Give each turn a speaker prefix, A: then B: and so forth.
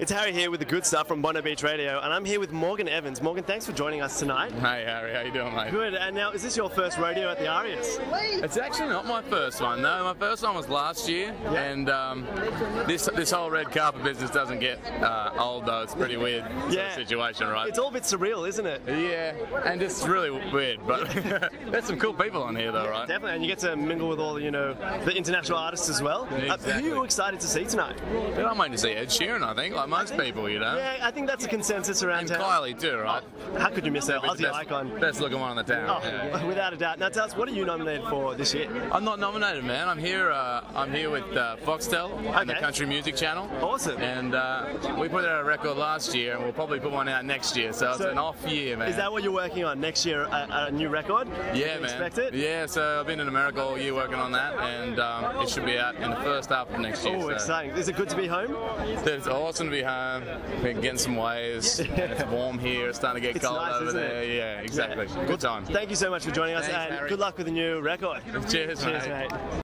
A: It's Harry here with the good stuff from Bondi Beach Radio, and I'm here with Morgan Evans. Morgan, thanks for joining us tonight.
B: Hey Harry, how you doing, mate?
A: Good. And now, is this your first rodeo at the Arias?
B: It's actually not my first one though. My first one was last year, and um, this this whole red carpet business doesn't get uh, old though. It's pretty weird sort of
A: Yeah.
B: situation, right?
A: It's all a bit surreal, isn't it?
B: yeah, and it's really weird, but there's some cool people on here though, right?
A: Definitely, and you get to mingle with all the, you know the international artists as well. Uh,
B: Exactly.
A: who are you excited to see tonight?
B: Dude, I'm waiting to see Ed Sheeran, I think, like most people, you know.
A: Yeah, I think that's a consensus around town.
B: And Kylie too, right?
A: How could you miss her?
B: Be Oh, the
A: Aussie
B: best,
A: icon.
B: Best looking one on the town.
A: Oh,
B: yeah.
A: without a doubt. Now, tell us, what are you nominated for this year?
B: I'm not nominated, man. I'm here. Uh, I'm here with uh, Foxtel and the
A: Okay.
B: Country Music Channel.
A: Awesome.
B: And uh, we put out a record last year, and we'll probably put one out next year. So, it's
A: So-
B: an off year, man.
A: Is that what you're working on next year? A, a new record?
B: yeah,
A: Can we
B: man.
A: Expect it?
B: Yeah, so I've been in America all year working on that, and um, it should be out in the first half of next year.
A: Oh,
B: so.
A: exciting! Is it good to be home?
B: Dude, It's awesome to be home. We're getting some waves. It's warm here. It's starting to get
A: It's
B: cold
A: nice,
B: over
A: isn't
B: there.
A: it?
B: Yeah, exactly. Good time.
A: Thank you so much for joining us,
B: Thanks,
A: and
B: Harry.
A: good luck with the new record.
B: Cheers,
A: Cheers, mate.